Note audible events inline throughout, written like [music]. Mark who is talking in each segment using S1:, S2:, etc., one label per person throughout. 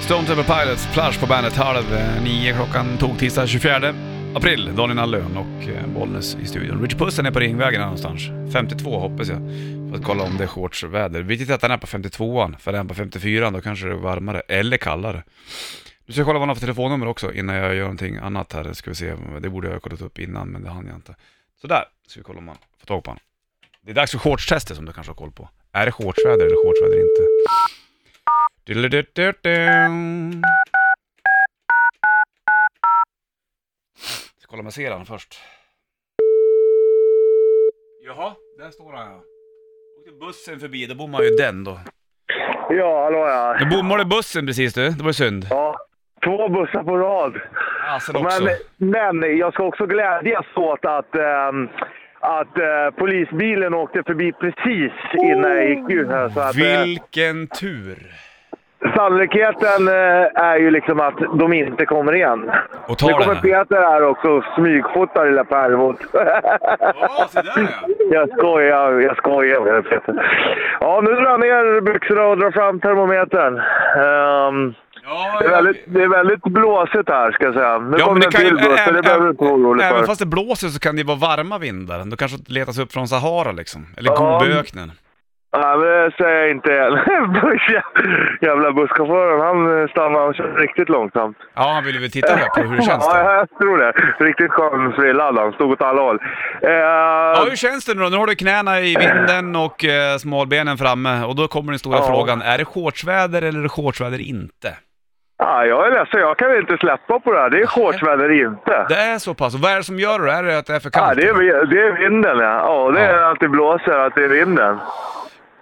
S1: Stone Temple Pilots, Plush på bandet halv eh, nio. Klockan tog tisdag 24 april. Daniel Nallön och eh, Bollnäs i studion. Richard Pussen är på Ringvägen här någonstans. 52 hoppas jag. För att kolla om det är shortsväder. Viktigt att han är på 52an. För är han på 54an då kanske det är varmare eller kallare. Du ska kolla vad han har för telefonnummer också innan jag gör någonting annat här. Ska vi se. Det borde jag ha kollat upp innan men det hann jag inte. Så där ska vi kolla om man får tag på honom. Det är dags för shortstester som du kanske har koll på. Är det shortsväder eller shortsväder inte? Du-du-du-du-du. Ska kolla om jag ser han först. Jaha, där står han ja. Åkte bussen förbi, då bommar ju den då.
S2: Ja, hallå ja.
S1: Nu bommade bussen precis du, det var ju synd.
S2: ja. Två bussar på rad.
S1: Fasen också.
S2: Men, men jag ska också glädjas åt att, ehm, att eh, polisbilen åkte förbi precis innan jag gick ut här. Så att, eh,
S1: Vilken tur.
S2: sannolikheten eh, är ju liksom att de inte kommer igen.
S1: Och
S2: Nu
S1: tar den
S2: kommer
S1: här.
S2: Peter här också och smygfotar lilla pärlvot.
S1: Ja, se där ja.
S2: [laughs] Jag skojar, jag skojar med dig Peter. Ja, nu drar jag ner byxorna och drar fram termometern. Ehm,
S1: Ja,
S2: det, är väldigt, det är väldigt blåsigt här ska jag säga. Nu
S1: Ja,
S2: kom
S1: men
S2: det
S1: det kan
S2: en
S1: ju,
S2: till buss, så
S1: även,
S2: det behöver du inte vara orolig
S1: även
S2: för.
S1: fast det blåser så kan det ju vara varma vindar. De kanske letas upp från Sahara liksom. Eller
S2: Ja.
S1: Gobiöknen.
S2: Nej, men det säger jag inte än. [laughs] Jävla busschauffören, han stannar han kör riktigt långsamt.
S1: Ja, han ville väl titta här på hur det känns då.
S2: Ja, jag tror det. Riktigt skön frillad han, stod åt alla håll. Eh,
S1: Ja, hur känns det nu då? Nu har du knäna i vinden och eh, smalbenen framme och då kommer den stora
S2: Ja.
S1: frågan. Är det shortsväder eller är det shortsväder inte?
S2: ja, jag är ledsen, jag kan inte släppa på det här. Det är shortsväder inte.
S1: Det är så pass. Och vad är det som gör det? Är det att det är för kallt?
S2: Ja, det är, vi- det är vinden ja. Ja, det är att det blåser, att det är vinden.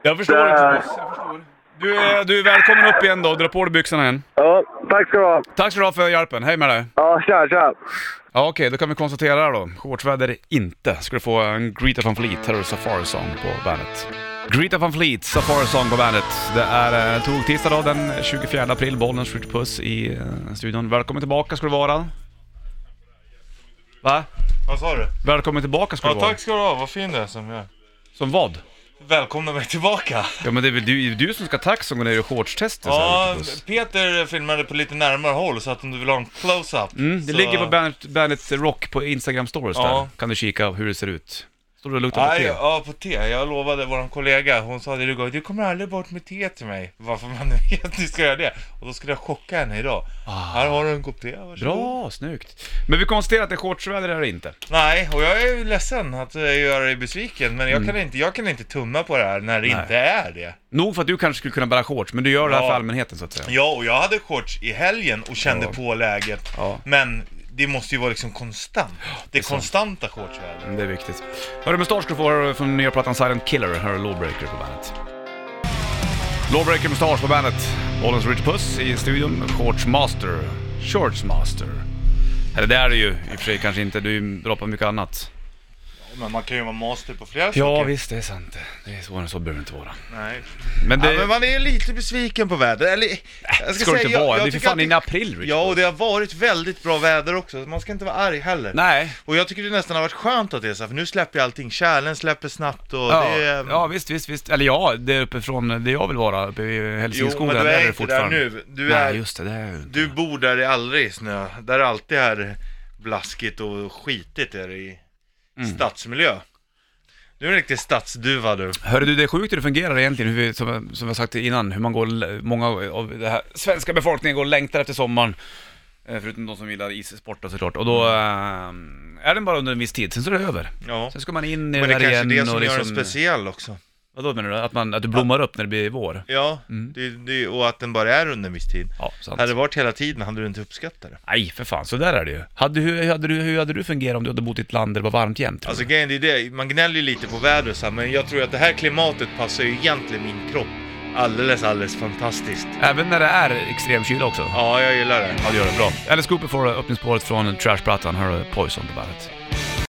S1: Jag förstår
S2: det
S1: det
S2: är-
S1: Thomas. Jag förstår. Du, är- du är välkommen upp igen då. Dra på dig byxorna igen.
S2: Ja, tack ska du ha.
S1: Tack så du ha för hjälpen. Hej med dig.
S2: Ja, tja, tja.
S1: Ja, okej, då kan vi konstatera här då. Shortsväder inte. Ska du få en Greta van Fleet, här är Safari Song på bandet. Greta van Fleet, Safari Song på bandet. Det är eh, tog tisdag då, den 24 april, Bollnäs skjuter puss i eh, studion. Välkommen tillbaka ska du vara. Va?
S3: Vad sa du?
S1: Välkommen tillbaka ska du
S3: Ja,
S1: vara.
S3: tack ska du ha, vad fin du är som jag.
S1: Som vad?
S3: Välkomna mig tillbaka!
S1: Ja men det är väl du, du som ska tacka som går ner i shortstester
S3: Ja,
S1: så här, Ritchie Puss.
S3: Peter filmade på lite närmare håll så att om du vill ha en close-up
S1: Mm, det
S3: så...
S1: ligger på bandet, bandet Rock på Instagram stories där.
S3: Ja.
S1: Kan du kika hur det ser ut. Står du och luktar på
S3: Nej,
S1: te?
S3: ja på te. Jag lovade våran kollega, hon sa det igår, du kommer aldrig bort med te till mig. Varför man [laughs] nu vet att du ska göra det. Och då skulle jag chocka henne idag. Här har du en kopp te, varsågod.
S1: Ah. Bra, snyggt. Men vi konstaterar att det är shortsväder eller inte.
S3: Nej, och jag är ju ledsen att eh, göra dig besviken, men jag, kan inte, jag kan inte tumma på det här när det
S1: Mm. Nej.
S3: inte är det.
S1: Nog för att du kanske skulle kunna bära shorts, men du gör det här
S3: Ja.
S1: för allmänheten så att säga.
S3: Ja, och jag hade shorts i helgen och kände på läget.
S1: Ja.
S3: Men det måste ju vara liksom konstant. Det är konstanta shortsväder.
S1: Mm, Det är viktigt. Hörru, Mustasch ska du få höra från nya plattan Silent Killer. Här är Lawbreaker på bandet. Lawbreaker Mustasch på bandet. Bollens Rich Puss i studion. Shorts Master. Shorts Master. Eller det är det ju i och för sig kanske inte, du droppar mycket annat.
S3: Men man kan ju vara master på flera
S1: Ja
S3: saker.
S1: visst, det är sant. Det är svårare än så behöver det inte vara.
S3: Nej.
S1: Men det... Äh,
S3: Ja, men man är ju lite besviken på vädret. Eller, jag
S1: Ska det inte
S3: jag-
S1: vara?
S3: jag
S1: det är för
S3: tycker
S1: fan
S3: att
S1: inne i april Rich
S3: Ja,
S1: Puss.
S3: och det har varit väldigt bra väder också. Man ska inte vara arg heller.
S1: Nej,
S3: Och jag tycker det nästan har varit skönt att det är så här, för nu släpper ju allting. Kärlen släpper snabbt och
S1: Ja,
S3: det är...
S1: ja visst, visst, visst. Eller ja, det är uppifrån det jag vill vara, uppe i
S3: jo,
S1: Hälsingeskogen.
S3: men du
S1: där
S3: är
S1: det
S3: inte där
S1: fortfarande-
S3: nu. Du är
S1: Nej, just det, det är ju inte.
S3: Du bor där det aldrig är snö, där det alltid är blaskigt och skitigt är det i
S1: Mm.
S3: stadsmiljö. Du är en riktig stadsduva du.
S1: Hörru du, det är sjukt hur det fungerar egentligen, hur vi, som, som jag sagt innan, hur man går, många av den här svenska befolkningen går och längtar efter sommaren. Eh, Förutom de som gillar issport då såklart. Och då eh, är den bara under en viss tid, sen så är det över.
S3: Mm. Ja.
S1: Sen ska man in i
S3: Men det
S1: det
S3: är
S1: där
S3: kanske
S1: igen
S3: det
S1: och
S3: som gör den
S1: liksom...
S3: speciell också.
S1: Vadå menar du? Att, man, att du blommar upp när det blir vår?
S3: Ja, det, det, och att den bara är under en viss tid.
S1: Mm. Ja, sant.
S3: Hade det varit hela tiden hade du inte uppskattat det.
S1: Nej, för fan, så där är det ju. Hade, hur, hade du, hur hade du fungerat om du hade bott i ett land där det var varmt jämt? tror
S3: Alltså
S1: du?
S3: grejen det är det, man gnäller ju lite på vädret så här, men jag tror att det här klimatet passar ju egentligen min kropp alldeles, alldeles fantastiskt.
S1: Även när det är extrem kyla också?
S3: Ja, jag gillar det.
S1: Ja, det gör det. Bra. Alice Cooper får öppningsspåret från Trash-plattan. Här har du Poison på bandet.